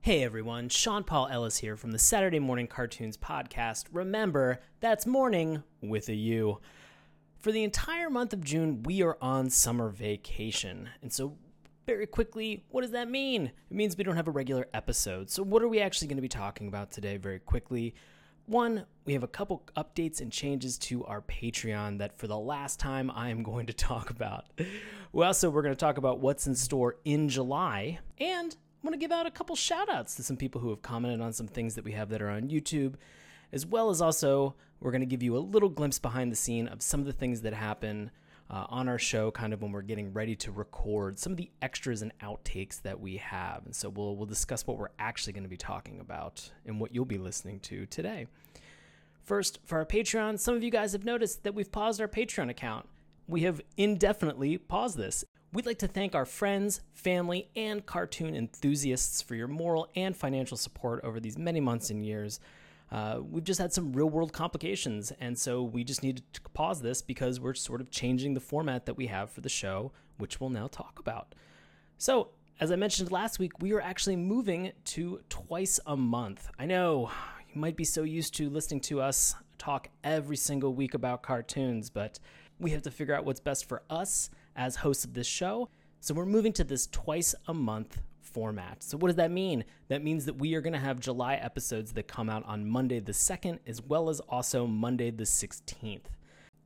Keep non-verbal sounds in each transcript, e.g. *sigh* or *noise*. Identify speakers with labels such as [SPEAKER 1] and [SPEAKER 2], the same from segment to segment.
[SPEAKER 1] Hey everyone, Sean Paul Ellis here from the Saturday Morning Cartoons podcast. Remember, that's morning with a U. For the entire month of June, we are on summer vacation. And so, very quickly, what does that mean? It means we don't have a regular episode. So, what are we actually going to be talking about today, very quickly? One, we have a couple updates and changes to our Patreon that for the last time I am going to talk about. Well, also, we're going to talk about what's in store in July. And I'm going to give out a couple shout outs to some people who have commented on some things that we have that are on YouTube, as well as also, we're going to give you a little glimpse behind the scene of some of the things that happen uh, on our show, kind of when we're getting ready to record some of the extras and outtakes that we have. And so we'll, we'll discuss what we're actually going to be talking about and what you'll be listening to today. First, for our Patreon, some of you guys have noticed that we've paused our Patreon account. We have indefinitely paused this. We'd like to thank our friends, family, and cartoon enthusiasts for your moral and financial support over these many months and years. Uh, we've just had some real world complications, and so we just needed to pause this because we're sort of changing the format that we have for the show, which we'll now talk about. So, as I mentioned last week, we are actually moving to twice a month. I know you might be so used to listening to us talk every single week about cartoons, but we have to figure out what's best for us as hosts of this show. So we're moving to this twice a month format. So what does that mean? That means that we are going to have July episodes that come out on Monday the 2nd as well as also Monday the 16th.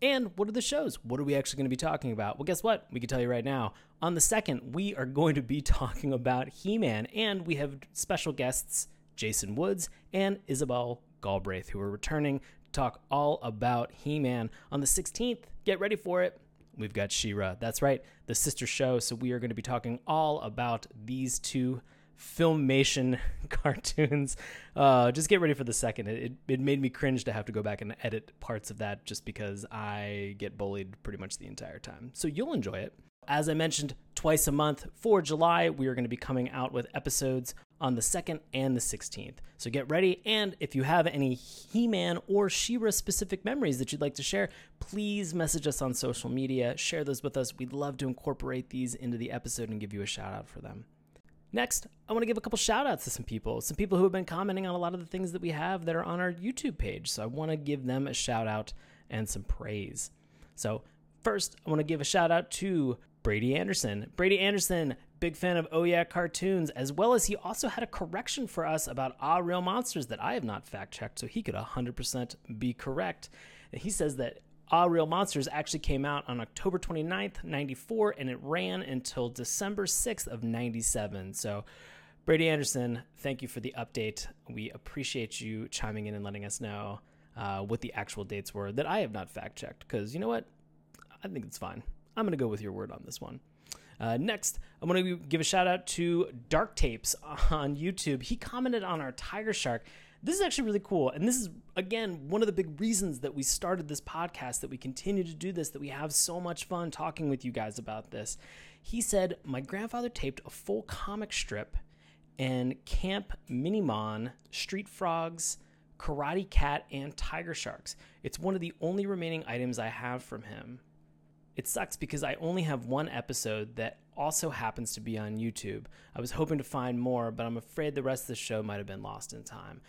[SPEAKER 1] And what are the shows? What are we actually going to be talking about? Well, guess what? We can tell you right now. On the 2nd, we are going to be *laughs* talking about He-Man and we have special guests Jason Woods and Isabel Galbraith who are returning to talk all about He-Man. On the 16th, get ready for it we've got Shira. That's right, the sister show. So we are going to be talking all about these two filmation *laughs* cartoons. Uh, just get ready for the second. It, it it made me cringe to have to go back and edit parts of that just because I get bullied pretty much the entire time. So you'll enjoy it. As I mentioned, twice a month for July, we are going to be coming out with episodes on the 2nd and the 16th. So get ready. And if you have any He Man or She Ra specific memories that you'd like to share, please message us on social media. Share those with us. We'd love to incorporate these into the episode and give you a shout out for them. Next, I want to give a couple shout outs to some people, some people who have been commenting on a lot of the things that we have that are on our YouTube page. So I want to give them a shout out and some praise. So, first, I want to give a shout out to Brady Anderson. Brady Anderson, big fan of Oh Yeah cartoons, as well as he also had a correction for us about Ah Real Monsters that I have not fact checked, so he could 100% be correct. And he says that Ah Real Monsters actually came out on October 29th, 94, and it ran until December 6th of 97. So, Brady Anderson, thank you for the update. We appreciate you chiming in and letting us know uh, what the actual dates were that I have not fact checked, because you know what? I think it's fine. I'm going to go with your word on this one. Uh, next, I'm going to give a shout out to Dark Tapes *laughs* on YouTube. He commented on our Tiger Shark. This is actually really cool. And this is, again, one of the big reasons that we started this podcast, that we continue to do this, that we have so much fun talking with you guys about this. He said, My grandfather taped a full comic strip and Camp Minimon, Street Frogs, Karate Cat, and Tiger Sharks. It's one of the only remaining items I have from him it sucks because I only have one episode that also happens to be on YouTube. I was hoping to find more, but I'm afraid the rest of the show might have been lost in time.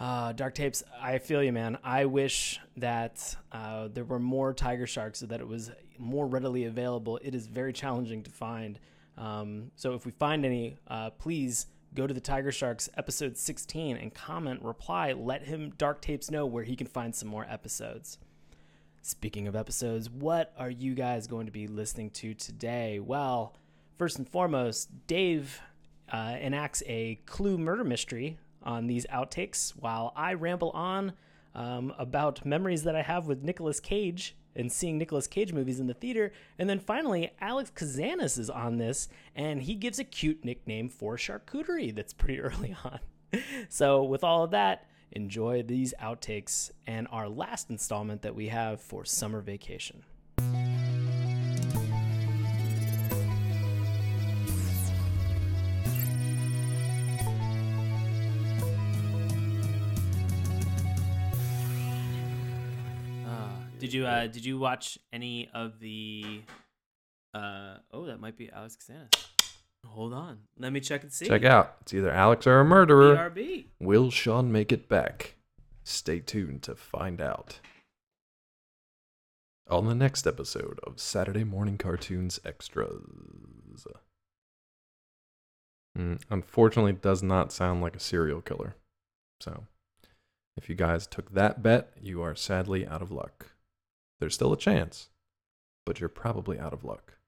[SPEAKER 1] Uh, Dark Tapes, I feel you, man. I wish that uh, there were more Tiger Sharks so that it was more readily available. It is very challenging to find. Um, so if we find any, uh, please go to the Tiger Sharks episode 16 and comment, reply, let him Dark Tapes know where he can find some more episodes. Speaking of episodes, what are you guys going to be listening to today? Well, first and foremost, Dave uh, enacts a clue murder mystery on these outtakes while I ramble on um, about memories that I have with Nicolas Cage and seeing Nicolas Cage movies in the theater. And then finally, Alex Kazanis is on this and he gives a cute nickname for charcuterie that's pretty *laughs* early on. so, with all of that, enjoy these outtakes and our last installment that we have for summer vacation.
[SPEAKER 2] Did you uh, did you watch any of the? Uh, oh, that might be Alex Xanis. Hold on. Let me check and see. E
[SPEAKER 3] Check out. It's either Alex or a murderer.
[SPEAKER 2] BRB.
[SPEAKER 3] Will Sean make it back? Stay tuned to find out. On the next episode of Saturday Morning Cartoons Extras. Mm, unfortunately, it does not sound like a serial killer. So, if you guys took that bet, you are sadly out of luck. There's still a chance, but you're probably out of luck.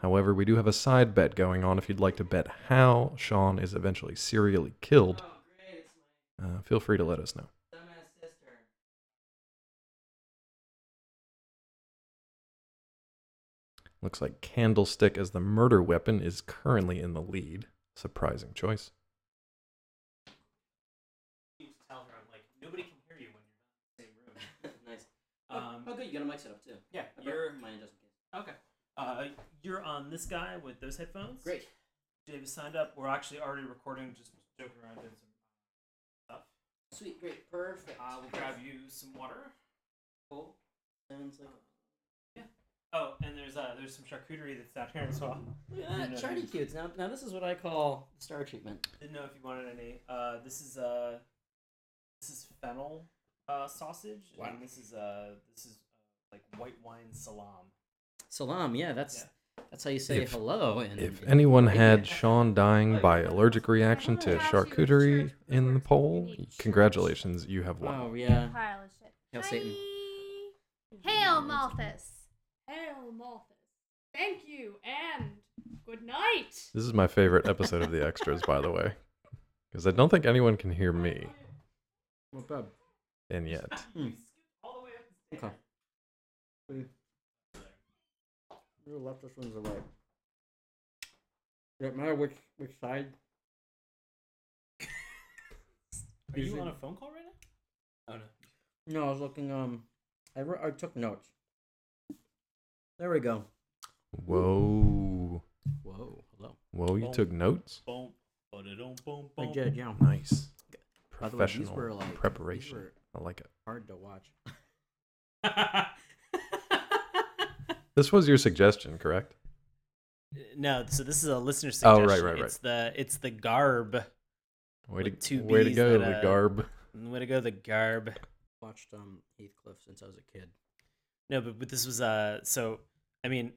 [SPEAKER 3] However, we do have a side bet going on if you'd like to bet how Sean is eventually serially killed.
[SPEAKER 4] Oh,
[SPEAKER 3] Uh, feel free to let us know. Looks like Candlestick as the murder weapon is currently in the lead. Surprising choice.
[SPEAKER 1] Tell her, I'm like, nobody can hear you when you're in the same room.
[SPEAKER 4] nice. Oh,
[SPEAKER 1] Um,
[SPEAKER 4] oh, good. You got a mic set up too.
[SPEAKER 1] Yeah,
[SPEAKER 4] I brought
[SPEAKER 1] you're
[SPEAKER 4] mine just in case.
[SPEAKER 1] okay. Uh, you're on this guy with those headphones.
[SPEAKER 4] Great.
[SPEAKER 1] Dave is signed up. We're actually already recording, just joking around doing some stuff.
[SPEAKER 4] Sweet. Great. Perfect.
[SPEAKER 1] I will grab you some water.
[SPEAKER 4] Cool. Sounds like.
[SPEAKER 1] Oh, and there's uh, there's some charcuterie that's down here as well.
[SPEAKER 4] Look
[SPEAKER 1] You
[SPEAKER 4] at
[SPEAKER 1] know
[SPEAKER 4] that. Charty
[SPEAKER 1] these.
[SPEAKER 4] cutes. Now, now this is what I call star treatment.
[SPEAKER 1] Didn't know if you wanted any. Uh, this is uh, this is fennel uh, sausage,
[SPEAKER 4] Wow.
[SPEAKER 1] and this is uh, this is uh, like white wine salam.
[SPEAKER 4] Salam. Yeah, that's that's how you say
[SPEAKER 3] If-
[SPEAKER 4] hello. And
[SPEAKER 3] If anyone had Sean dying by allergic reaction to charcuterie in the poll, congratulations, you have won.
[SPEAKER 4] oh yeah.
[SPEAKER 5] Pile of shit.
[SPEAKER 4] Hail Satan.
[SPEAKER 5] Hi. Hail Malthus. Hail Malthus. Thank you and good night.
[SPEAKER 3] This is my favorite episode of the extras, by the
[SPEAKER 4] *laughs*
[SPEAKER 3] way, because I don't think anyone can hear me,
[SPEAKER 4] What about?
[SPEAKER 3] and yet.
[SPEAKER 4] Okay. Your left, this one's the right. Doesn't matter which which side.
[SPEAKER 1] Are
[SPEAKER 4] Is
[SPEAKER 1] you
[SPEAKER 4] it-
[SPEAKER 1] on a phone call right now? Oh no.
[SPEAKER 4] No, I was looking. Um, I wrote, I took notes. There we go.
[SPEAKER 3] Whoa.
[SPEAKER 4] Whoa, hello.
[SPEAKER 3] Whoa, you took notes?
[SPEAKER 2] Boom. Ba-da-dum, boom,
[SPEAKER 4] I
[SPEAKER 2] boom.
[SPEAKER 4] did, yeah.
[SPEAKER 3] Nice.
[SPEAKER 4] By the way, these
[SPEAKER 3] Professional
[SPEAKER 4] were, like- these
[SPEAKER 3] preparation.
[SPEAKER 4] were
[SPEAKER 3] I like it.
[SPEAKER 4] Hard to watch.
[SPEAKER 3] This was your suggestion, correct?
[SPEAKER 1] No, so this is a listener
[SPEAKER 3] Oh,
[SPEAKER 1] suggestion.
[SPEAKER 3] right, right, right.
[SPEAKER 1] It's the it's the garb.
[SPEAKER 3] Way to,
[SPEAKER 1] With two
[SPEAKER 3] way to
[SPEAKER 1] Bs that,
[SPEAKER 3] go, the
[SPEAKER 1] uh,
[SPEAKER 3] garb.
[SPEAKER 1] Way to go, the garb.
[SPEAKER 4] Watched um Heathcliff since I was a kid.
[SPEAKER 1] No, but, but this was uh. So I mean,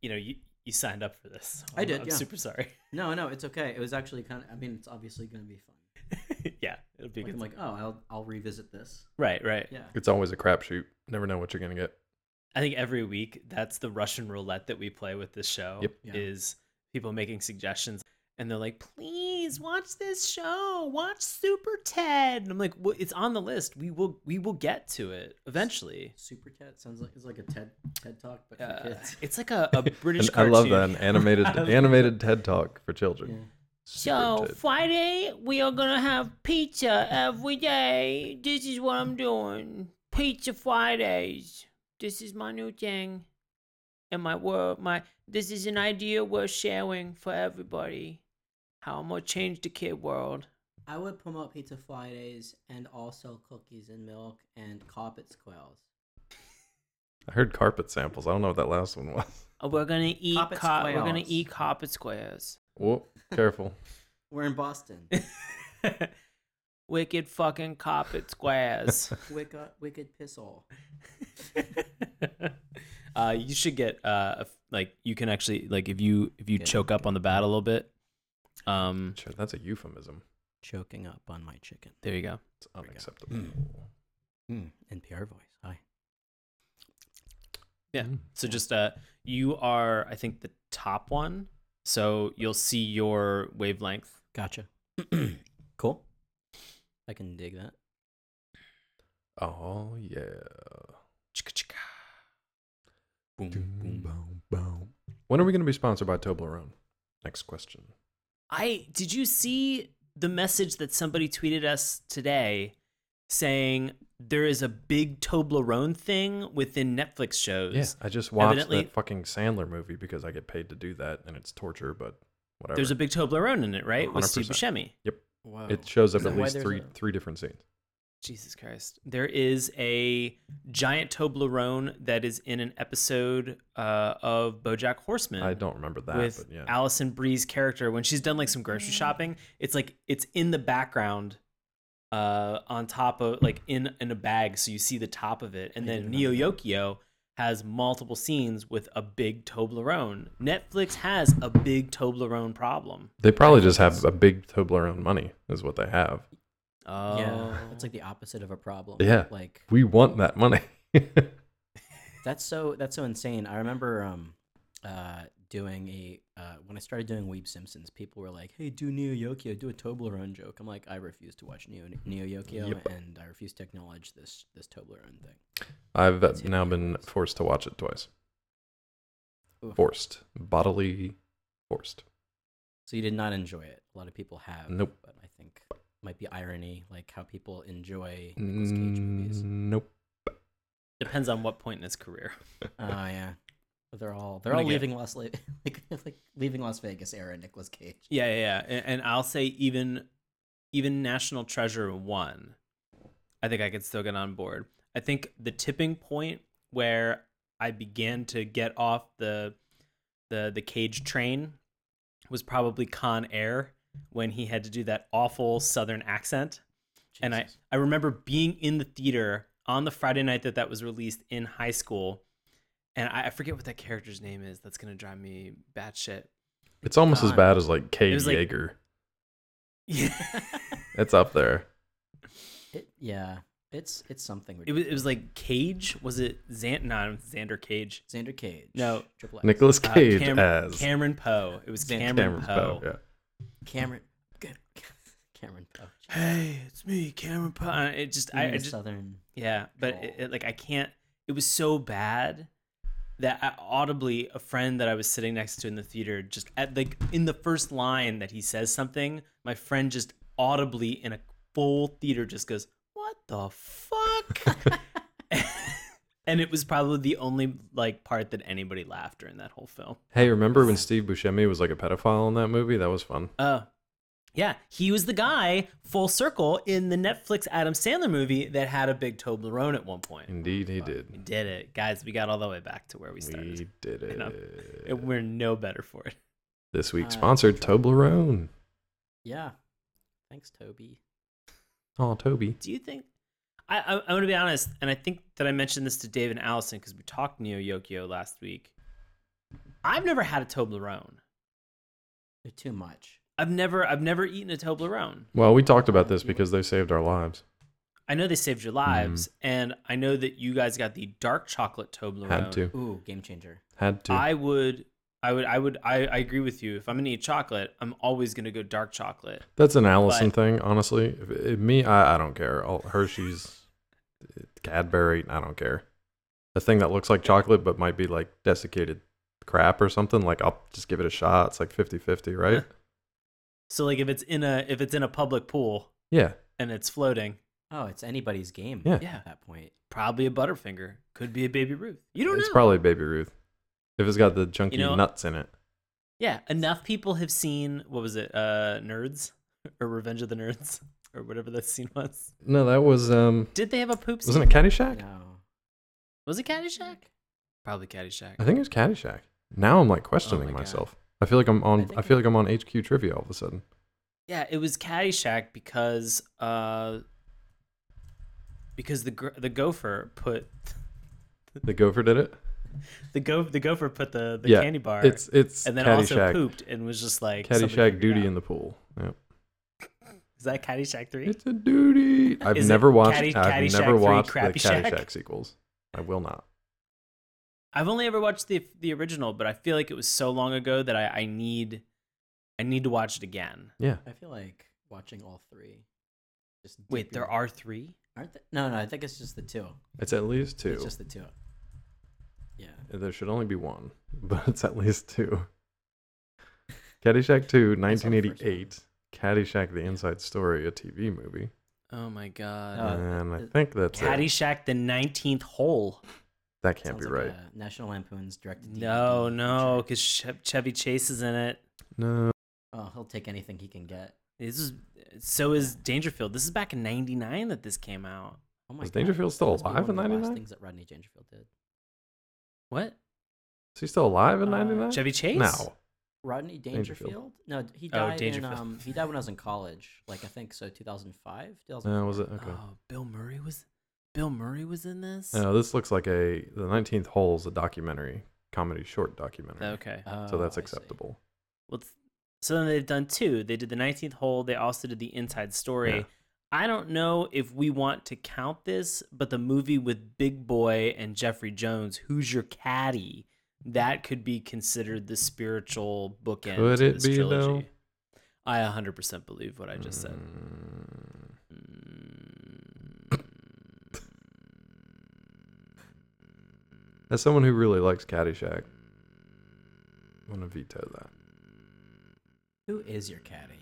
[SPEAKER 1] you know, you you signed up for this.
[SPEAKER 4] I
[SPEAKER 1] I'm-
[SPEAKER 4] did,
[SPEAKER 1] I'm
[SPEAKER 4] yeah.
[SPEAKER 1] super sorry. *laughs*
[SPEAKER 4] No, no, it's okay. It was actually kind of. I mean, it's obviously going to be fun.
[SPEAKER 1] yeah, it'll be a
[SPEAKER 4] Like,
[SPEAKER 1] good.
[SPEAKER 4] I'm like, oh, I'll I'll revisit this.
[SPEAKER 1] right, right.
[SPEAKER 4] Yeah.
[SPEAKER 3] It's always a crapshoot. Never know what you're going to get.
[SPEAKER 1] I think every week that's the Russian roulette that we play with this show.
[SPEAKER 3] Yep.
[SPEAKER 4] Yeah.
[SPEAKER 1] Is people making suggestions and they're like, "Please watch this show. Watch Super Ted." And I'm like, well, "It's on the list. We will we will get to it eventually."
[SPEAKER 4] Super Ted sounds like it's like a TED TED talk, but for
[SPEAKER 1] Uh,
[SPEAKER 4] kids.
[SPEAKER 1] it's like a, a British
[SPEAKER 3] *laughs* And I love
[SPEAKER 1] cartoon. *laughs*
[SPEAKER 3] that. An
[SPEAKER 4] *laughs*
[SPEAKER 3] animated, animated TED talk for children.
[SPEAKER 4] Yeah.
[SPEAKER 3] Super TED.
[SPEAKER 1] Friday we are gonna have pizza every day. This is what I'm doing. Pizza Fridays. This is my new thing. And my world my this is an idea worth sharing for everybody. How I'm gonna change the kid world.
[SPEAKER 4] I would promote Pizza Fridays and also cookies and milk and carpet squirrels.
[SPEAKER 3] I heard carpet samples. I don't know what that last one was. *laughs*
[SPEAKER 1] Uh, We're gonna eat
[SPEAKER 4] Carpet
[SPEAKER 1] car- we're gonna
[SPEAKER 4] squares.
[SPEAKER 1] eat carpet squares.
[SPEAKER 3] Whoa, careful.
[SPEAKER 4] We're in *laughs* Boston.
[SPEAKER 1] Wicked fucking carpet squares.
[SPEAKER 3] *laughs*
[SPEAKER 1] *laughs*
[SPEAKER 4] wicked wicked piss all.
[SPEAKER 1] uh, you should get uh, a f- like you can actually like if you if you
[SPEAKER 4] Get-
[SPEAKER 1] choke up on the bat a little bit. Um,
[SPEAKER 3] Sure, that's a euphemism.
[SPEAKER 4] Choking up on my chicken.
[SPEAKER 1] there you go.
[SPEAKER 3] It's
[SPEAKER 4] we go.
[SPEAKER 3] unacceptable.
[SPEAKER 4] Mm, NPR voice. Hi.
[SPEAKER 1] Yeah.
[SPEAKER 3] Mm.
[SPEAKER 1] So just uh, you are I think the top one, so you'll see your wavelength.
[SPEAKER 4] Gotcha. *clears throat* cool. I can dig that.
[SPEAKER 3] Oh, yeah.
[SPEAKER 1] Chika-chika.
[SPEAKER 3] Doom, boom, boom. When are we going to be sponsored by Toblerone? Next question.
[SPEAKER 1] I did you see the message that somebody tweeted us today saying there is a big Toblerone thing within Netflix shows.
[SPEAKER 3] Yeah, I just watched
[SPEAKER 1] evidently-
[SPEAKER 3] that fucking Sandler movie because I get paid to do that, and it's torture, but whatever.
[SPEAKER 1] There's a big Toblerone in it, right? With Steve
[SPEAKER 3] 100%.
[SPEAKER 1] Buscemi.
[SPEAKER 4] Wow.
[SPEAKER 3] it shows up
[SPEAKER 4] Oh. Is that
[SPEAKER 3] at
[SPEAKER 4] why
[SPEAKER 3] least
[SPEAKER 4] there's
[SPEAKER 3] three
[SPEAKER 4] a-
[SPEAKER 3] three different scenes.
[SPEAKER 2] Jesus Christ. There is a giant Toblerone that is in an episode uh, of BoJack Horseman.
[SPEAKER 3] I don't remember that,
[SPEAKER 2] with
[SPEAKER 3] but yeah.
[SPEAKER 2] Allison Bree's character when she's done like some grocery shopping. It's like it's in the background, uh, on top of like in in a bag, so you see the top of it. And
[SPEAKER 3] I
[SPEAKER 2] then
[SPEAKER 3] do
[SPEAKER 2] Neo
[SPEAKER 3] remember
[SPEAKER 2] Yokio has multiple scenes with a big Toblerone. Netflix has a big Toblerone problem.
[SPEAKER 3] they probably just have a big Toblerone money, is what they have.
[SPEAKER 2] Oh,
[SPEAKER 4] Yeah, it's like the opposite of a problem.
[SPEAKER 3] Yeah.
[SPEAKER 4] like
[SPEAKER 3] We want that money. *laughs*
[SPEAKER 4] that's so that's so insane. I remember um uh doing a uh when I started doing Weeb Simpsons, people were like, "Hey, do Neo Yokio, do a Toblerone joke." I'm like, I refuse to watch Neo Neo Yokio,
[SPEAKER 3] Yep.
[SPEAKER 4] and I refuse to acknowledge this this Toblerone thing.
[SPEAKER 3] I've
[SPEAKER 4] Let's hear
[SPEAKER 3] now
[SPEAKER 4] what
[SPEAKER 3] been
[SPEAKER 4] yours is.
[SPEAKER 3] forced to watch it twice.
[SPEAKER 4] Oof.
[SPEAKER 3] Forced. Bodily forced.
[SPEAKER 4] So you did not enjoy it. A lot of people have.
[SPEAKER 3] Nope.
[SPEAKER 4] But I think might be irony, like how people enjoy Nicolas
[SPEAKER 3] Mm. *laughs*
[SPEAKER 4] Cage movies.
[SPEAKER 3] Nope.
[SPEAKER 2] depends on what point in his career.
[SPEAKER 4] Oh yeah. But They're all they're
[SPEAKER 2] I'm
[SPEAKER 4] all
[SPEAKER 2] gonna get-
[SPEAKER 4] leaving Las La- *laughs* like, like leaving Las Vegas era Nicolas Cage.
[SPEAKER 2] Yeah, yeah, yeah. And, and I'll say even even National Treasure one, I think I could still get on board. I think the tipping point where I began to get off the the the cage train was probably Con Air when he had to do that awful southern accent. And I,
[SPEAKER 4] Jesus.
[SPEAKER 2] I remember being in the theater on the Friday night that that was released in high school. And I, I forget what that character's name is. That's going to drive me batshit. *laughs*
[SPEAKER 3] It's almost as
[SPEAKER 4] God.
[SPEAKER 3] bad as like K.
[SPEAKER 2] It was like-
[SPEAKER 3] Yeager.
[SPEAKER 2] Yeah.
[SPEAKER 3] It's up there.
[SPEAKER 4] It, yeah, it's it's something.
[SPEAKER 2] It was, it was like Cage. Was it Xan? No, it was Xander Cage.
[SPEAKER 4] Xander Cage.
[SPEAKER 2] No.
[SPEAKER 4] Triple X.
[SPEAKER 3] Nicholas
[SPEAKER 2] Uh,
[SPEAKER 3] Cage
[SPEAKER 2] Cam-
[SPEAKER 3] as
[SPEAKER 2] Cameron Poe. It was
[SPEAKER 4] Xander
[SPEAKER 2] Cameron,
[SPEAKER 3] Cameron
[SPEAKER 2] Poe.
[SPEAKER 3] Poe. Yeah.
[SPEAKER 4] Cameron. Good. *laughs* Cameron Poach.
[SPEAKER 2] Hey, it's me, Cameron Poe. Uh, It just, I, I
[SPEAKER 4] Mm,
[SPEAKER 2] just,
[SPEAKER 4] Southern.
[SPEAKER 2] yeah. But it,
[SPEAKER 4] Drawl.
[SPEAKER 2] it, like, I can't. It was so bad that I, audibly, a friend that I was sitting next to in the theater, just at like in the first line that he says something, my friend just audibly in a full theater just goes, "What the fuck." *laughs* And it was probably the only like part that anybody laughed during that whole film.
[SPEAKER 3] Hey, remember when Steve Buscemi was like a pedophile in that movie? That was fun.
[SPEAKER 2] Oh. yeah, he was the guy full circle in the Netflix Adam Sandler movie that had a big Toblerone at one point.
[SPEAKER 3] Indeed, he
[SPEAKER 2] We
[SPEAKER 3] did.
[SPEAKER 2] did it, guys. We got all the way back to where we
[SPEAKER 3] We
[SPEAKER 2] started.
[SPEAKER 3] did
[SPEAKER 2] You know,
[SPEAKER 3] it.
[SPEAKER 2] And we're no better for it.
[SPEAKER 3] This week
[SPEAKER 4] Uh,
[SPEAKER 3] sponsored Toblerone.
[SPEAKER 4] Yeah. Thanks, Toby.
[SPEAKER 3] Oh, Toby.
[SPEAKER 2] Do you think? I, I I'm gonna be honest, and I think that I mentioned this to Dave and Allison because we talked Neo Yokio last week. I've never had a Toblerone.
[SPEAKER 4] They're too much.
[SPEAKER 2] I've never I've never eaten a Toblerone.
[SPEAKER 3] Well, we talked about this because they saved our lives.
[SPEAKER 2] I know they saved
[SPEAKER 3] Mm-hmm.
[SPEAKER 2] your lives, and I know that you guys got the dark chocolate Toblerone.
[SPEAKER 3] Had to.
[SPEAKER 4] Ooh, game changer.
[SPEAKER 3] Had to.
[SPEAKER 2] I would, I would, I would, I, I agree with you. If I'm gonna eat chocolate, I'm always gonna go dark chocolate.
[SPEAKER 3] That's an Allison
[SPEAKER 2] But-
[SPEAKER 3] thing, honestly. If, if me, I, I don't care. All Hershey's, Cadbury, I don't care. The thing that looks like chocolate but might be like desiccated crap or something, like I'll just give it a shot. It's like 50 50, right?
[SPEAKER 2] So like if it's in a if it's in a public pool
[SPEAKER 3] yeah.
[SPEAKER 2] and it's floating,
[SPEAKER 4] Oh, it's anybody's game.
[SPEAKER 3] Yeah.
[SPEAKER 2] Yeah.
[SPEAKER 4] At that point.
[SPEAKER 2] probably a Butterfinger, could be a Baby Ruth. You don't
[SPEAKER 3] It's
[SPEAKER 2] know.
[SPEAKER 3] probably Baby Ruth. If it's got the junky
[SPEAKER 2] know-
[SPEAKER 3] nuts in it.
[SPEAKER 2] yeah, enough people have seen what was it, uh, Nerds *laughs* or Revenge of the Nerds *laughs* or whatever that scene was.
[SPEAKER 3] No, that was, um,
[SPEAKER 2] Did they have a poop scene?
[SPEAKER 3] wasn't it Caddyshack?
[SPEAKER 4] No.
[SPEAKER 2] Was it Caddyshack? Probably Caddyshack.
[SPEAKER 3] I think it was Caddyshack. Now I'm like questioning
[SPEAKER 2] Oh God.
[SPEAKER 3] myself. I feel like I'm on.
[SPEAKER 4] think
[SPEAKER 3] I, feel like I'm on HQ trivia all of a sudden.
[SPEAKER 2] Yeah, it was Caddyshack because uh, because the gr- the gopher put *laughs*
[SPEAKER 3] The Gopher did it.
[SPEAKER 2] The go the gopher put the, the
[SPEAKER 3] Yeah,
[SPEAKER 2] candy bar
[SPEAKER 3] It's it's
[SPEAKER 2] and then also
[SPEAKER 3] Caddyshack.
[SPEAKER 2] pooped and was just like somebody
[SPEAKER 3] Caddyshack
[SPEAKER 2] figured it
[SPEAKER 3] duty
[SPEAKER 2] out.
[SPEAKER 3] in the pool. Yep.
[SPEAKER 2] Is that Caddyshack three?
[SPEAKER 3] It's a duty. I've
[SPEAKER 2] Is it
[SPEAKER 3] never watched.
[SPEAKER 2] Caddy-
[SPEAKER 3] I've
[SPEAKER 2] Caddyshack
[SPEAKER 3] never
[SPEAKER 2] three,
[SPEAKER 3] watched the
[SPEAKER 2] Crappy Shack?
[SPEAKER 3] Caddyshack sequels. I will not.
[SPEAKER 2] I've only ever watched the the original, but I feel like it was so long ago that I, I need I need to watch it again.
[SPEAKER 3] Yeah.
[SPEAKER 4] I feel like watching all three. Just
[SPEAKER 2] Wait,
[SPEAKER 4] deep
[SPEAKER 2] there
[SPEAKER 4] in-
[SPEAKER 2] are three?
[SPEAKER 4] aren't there? No, no. I think it's just the two.
[SPEAKER 3] It's at least two.
[SPEAKER 4] It's just the two. Yeah.
[SPEAKER 3] There should only be one, *laughs* but it's at least two. Caddyshack 2,
[SPEAKER 4] I saw the first
[SPEAKER 3] 1988. Caddyshack: The Inside Story, a TV movie,
[SPEAKER 2] Oh my
[SPEAKER 4] Uh,
[SPEAKER 2] god.
[SPEAKER 3] and I
[SPEAKER 4] uh,
[SPEAKER 3] think that's it.
[SPEAKER 2] Caddyshack the nineteenth hole.
[SPEAKER 3] That can't
[SPEAKER 4] Sounds
[SPEAKER 3] be
[SPEAKER 4] like
[SPEAKER 3] right.
[SPEAKER 4] a National Lampoon's directed.
[SPEAKER 2] No,
[SPEAKER 4] DVD
[SPEAKER 2] no,
[SPEAKER 4] feature.
[SPEAKER 2] because Chevy Chase is in it.
[SPEAKER 3] No.
[SPEAKER 4] Oh, he'll take anything he can get.
[SPEAKER 1] This is so is Dangerfield. This is back in '99 that this came out.
[SPEAKER 4] Oh my
[SPEAKER 3] Was
[SPEAKER 4] God.
[SPEAKER 3] Dangerfield still
[SPEAKER 4] Must be one
[SPEAKER 3] alive
[SPEAKER 4] of
[SPEAKER 3] in
[SPEAKER 4] the last
[SPEAKER 3] 99?
[SPEAKER 4] Things that Rodney Dangerfield did.
[SPEAKER 1] What?
[SPEAKER 3] Is he still alive in
[SPEAKER 1] Uh,
[SPEAKER 3] 99?
[SPEAKER 1] Chevy Chase?
[SPEAKER 3] No.
[SPEAKER 4] Rodney Dangerfield?
[SPEAKER 3] Dangerfield.
[SPEAKER 4] No, d- he
[SPEAKER 1] Oh,
[SPEAKER 4] died in
[SPEAKER 1] Dangerfield.
[SPEAKER 4] um he died when I was in college. Like I think so 2005, 2000.
[SPEAKER 3] No, was it? Okay.
[SPEAKER 1] Oh, Bill Murray was. Bill Murray was in this.
[SPEAKER 3] No, this looks like a The 19th Hole is a documentary, comedy short documentary.
[SPEAKER 1] Okay.
[SPEAKER 3] So that's
[SPEAKER 4] Oh, I see.
[SPEAKER 3] acceptable.
[SPEAKER 1] Well, it's- so then they've done two. They did the 19th hole. They also did the Inside Story.
[SPEAKER 3] Yeah.
[SPEAKER 1] I don't know if we want to count this, but the movie with Big Boy and Jeffrey Jones, Who's Your Caddy, that *laughs* could be considered the spiritual bookend.
[SPEAKER 3] Could
[SPEAKER 1] to
[SPEAKER 3] it
[SPEAKER 1] this
[SPEAKER 3] be, though?
[SPEAKER 1] trilogy. I 100% believe what I just
[SPEAKER 3] Mm-hmm.
[SPEAKER 1] said.
[SPEAKER 3] Mm, As someone who really likes Caddyshack, I'm gonna veto that.
[SPEAKER 4] Who is your caddy?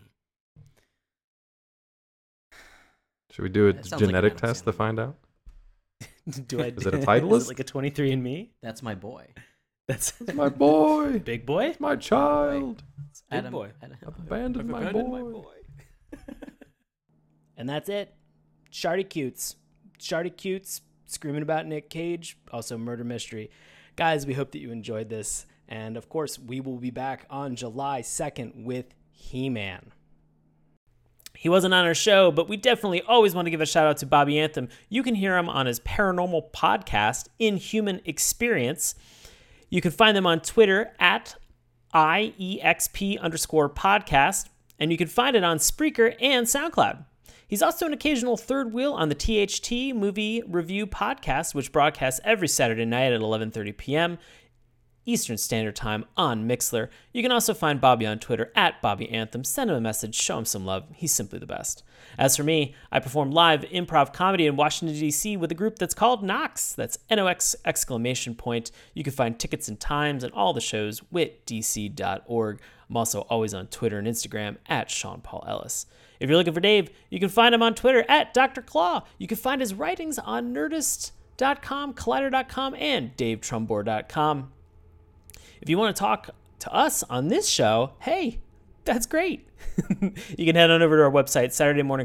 [SPEAKER 3] Should we do a
[SPEAKER 4] That sounds like
[SPEAKER 3] genetic
[SPEAKER 4] an Adam
[SPEAKER 3] test to
[SPEAKER 4] Sandler.
[SPEAKER 3] find out?
[SPEAKER 1] Do I,
[SPEAKER 3] Is it a
[SPEAKER 1] *laughs*
[SPEAKER 3] title
[SPEAKER 1] Is
[SPEAKER 3] list?
[SPEAKER 1] it like a 23 and Me?
[SPEAKER 4] That's my boy.
[SPEAKER 3] *laughs*
[SPEAKER 1] That's
[SPEAKER 3] My
[SPEAKER 2] *laughs*
[SPEAKER 3] boy,
[SPEAKER 1] Big Boy?
[SPEAKER 3] my child,
[SPEAKER 1] It's Big
[SPEAKER 4] Adam,
[SPEAKER 1] Boy.
[SPEAKER 4] Adam-
[SPEAKER 3] I've abandoned, my, boy. *laughs*
[SPEAKER 1] And that's it. Shardy Cutes. Shardy Cutes screaming about Nick Cage, also murder mystery. Guys, we hope that you enjoyed this. And of course, we will be back on July 2nd with He Man. He wasn't on our show, but we definitely always want to give a shout out to Bobby Anthem. You can hear him on his paranormal podcast, Inhuman Experience. You can find them on Twitter at IEXP E underscore podcast, and you can find it on Spreaker and SoundCloud. He's also an occasional third wheel on the THT Movie Review Podcast, which broadcasts every Saturday night at 11:30 p.m. Eastern Standard Time on Mixler. You can also find Bobby on Twitter at Bobby Anthem. Send him a message, show him some love. He's simply the best. As for me, I perform live improv comedy in Washington, D.C. with a group that's called Knox. That's N-O-X exclamation point. You can find tickets and times and all the shows with dc.org. I'm also always on Twitter and Instagram at Sean Paul Ellis. If you're looking for Dave, you can find him on Twitter at Dr. Claw. You can find his writings on Nerdist.com, Collider.com, and DaveTrumbore.com. If you want to talk to us on this show, hey, that's great. *laughs* you can head on over to our website,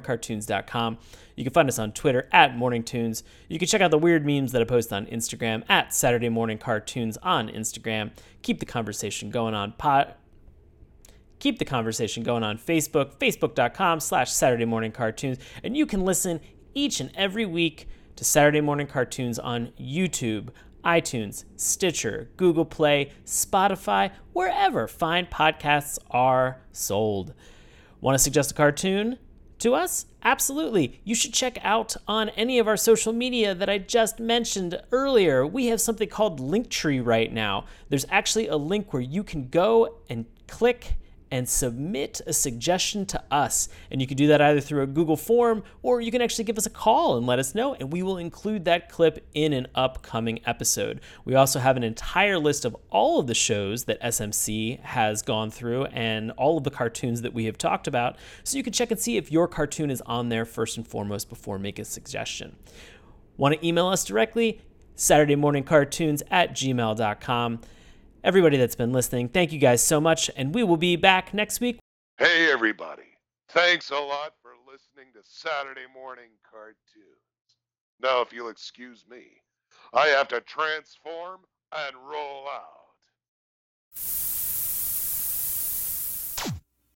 [SPEAKER 1] SaturdayMorningCartoons.com. You can find us on Twitter at MorningTunes. You can check out the weird memes that I post on Instagram at Saturday Morning Cartoons on Instagram. Keep the conversation going on pod, keep the conversation going on facebook facebook.com slash saturday morning cartoons and you can listen each and every week to saturday morning cartoons on youtube itunes stitcher google play spotify wherever fine podcasts are sold want to suggest a cartoon to us? Absolutely. You should check out on any of our social media that I just mentioned earlier. We have something called Linktree right now. There's actually a link where you can go and click and submit a suggestion to us. And you can do that either through a Google form or you can actually give us a call and let us know, and we will include that clip in an upcoming episode. We also have an entire list of all of the shows that SMC has gone through and all of the cartoons that we have talked about, so you can check and see if your cartoon is on there first and foremost before making a suggestion. Want to email us directly? Saturday morning cartoons at gmail.com. Everybody that's been listening, thank you guys so much, and we will be back next week.
[SPEAKER 6] Hey, everybody. Thanks a lot for listening to Saturday Morning Cartoons. Now, if you'll excuse me, I have to transform and roll out.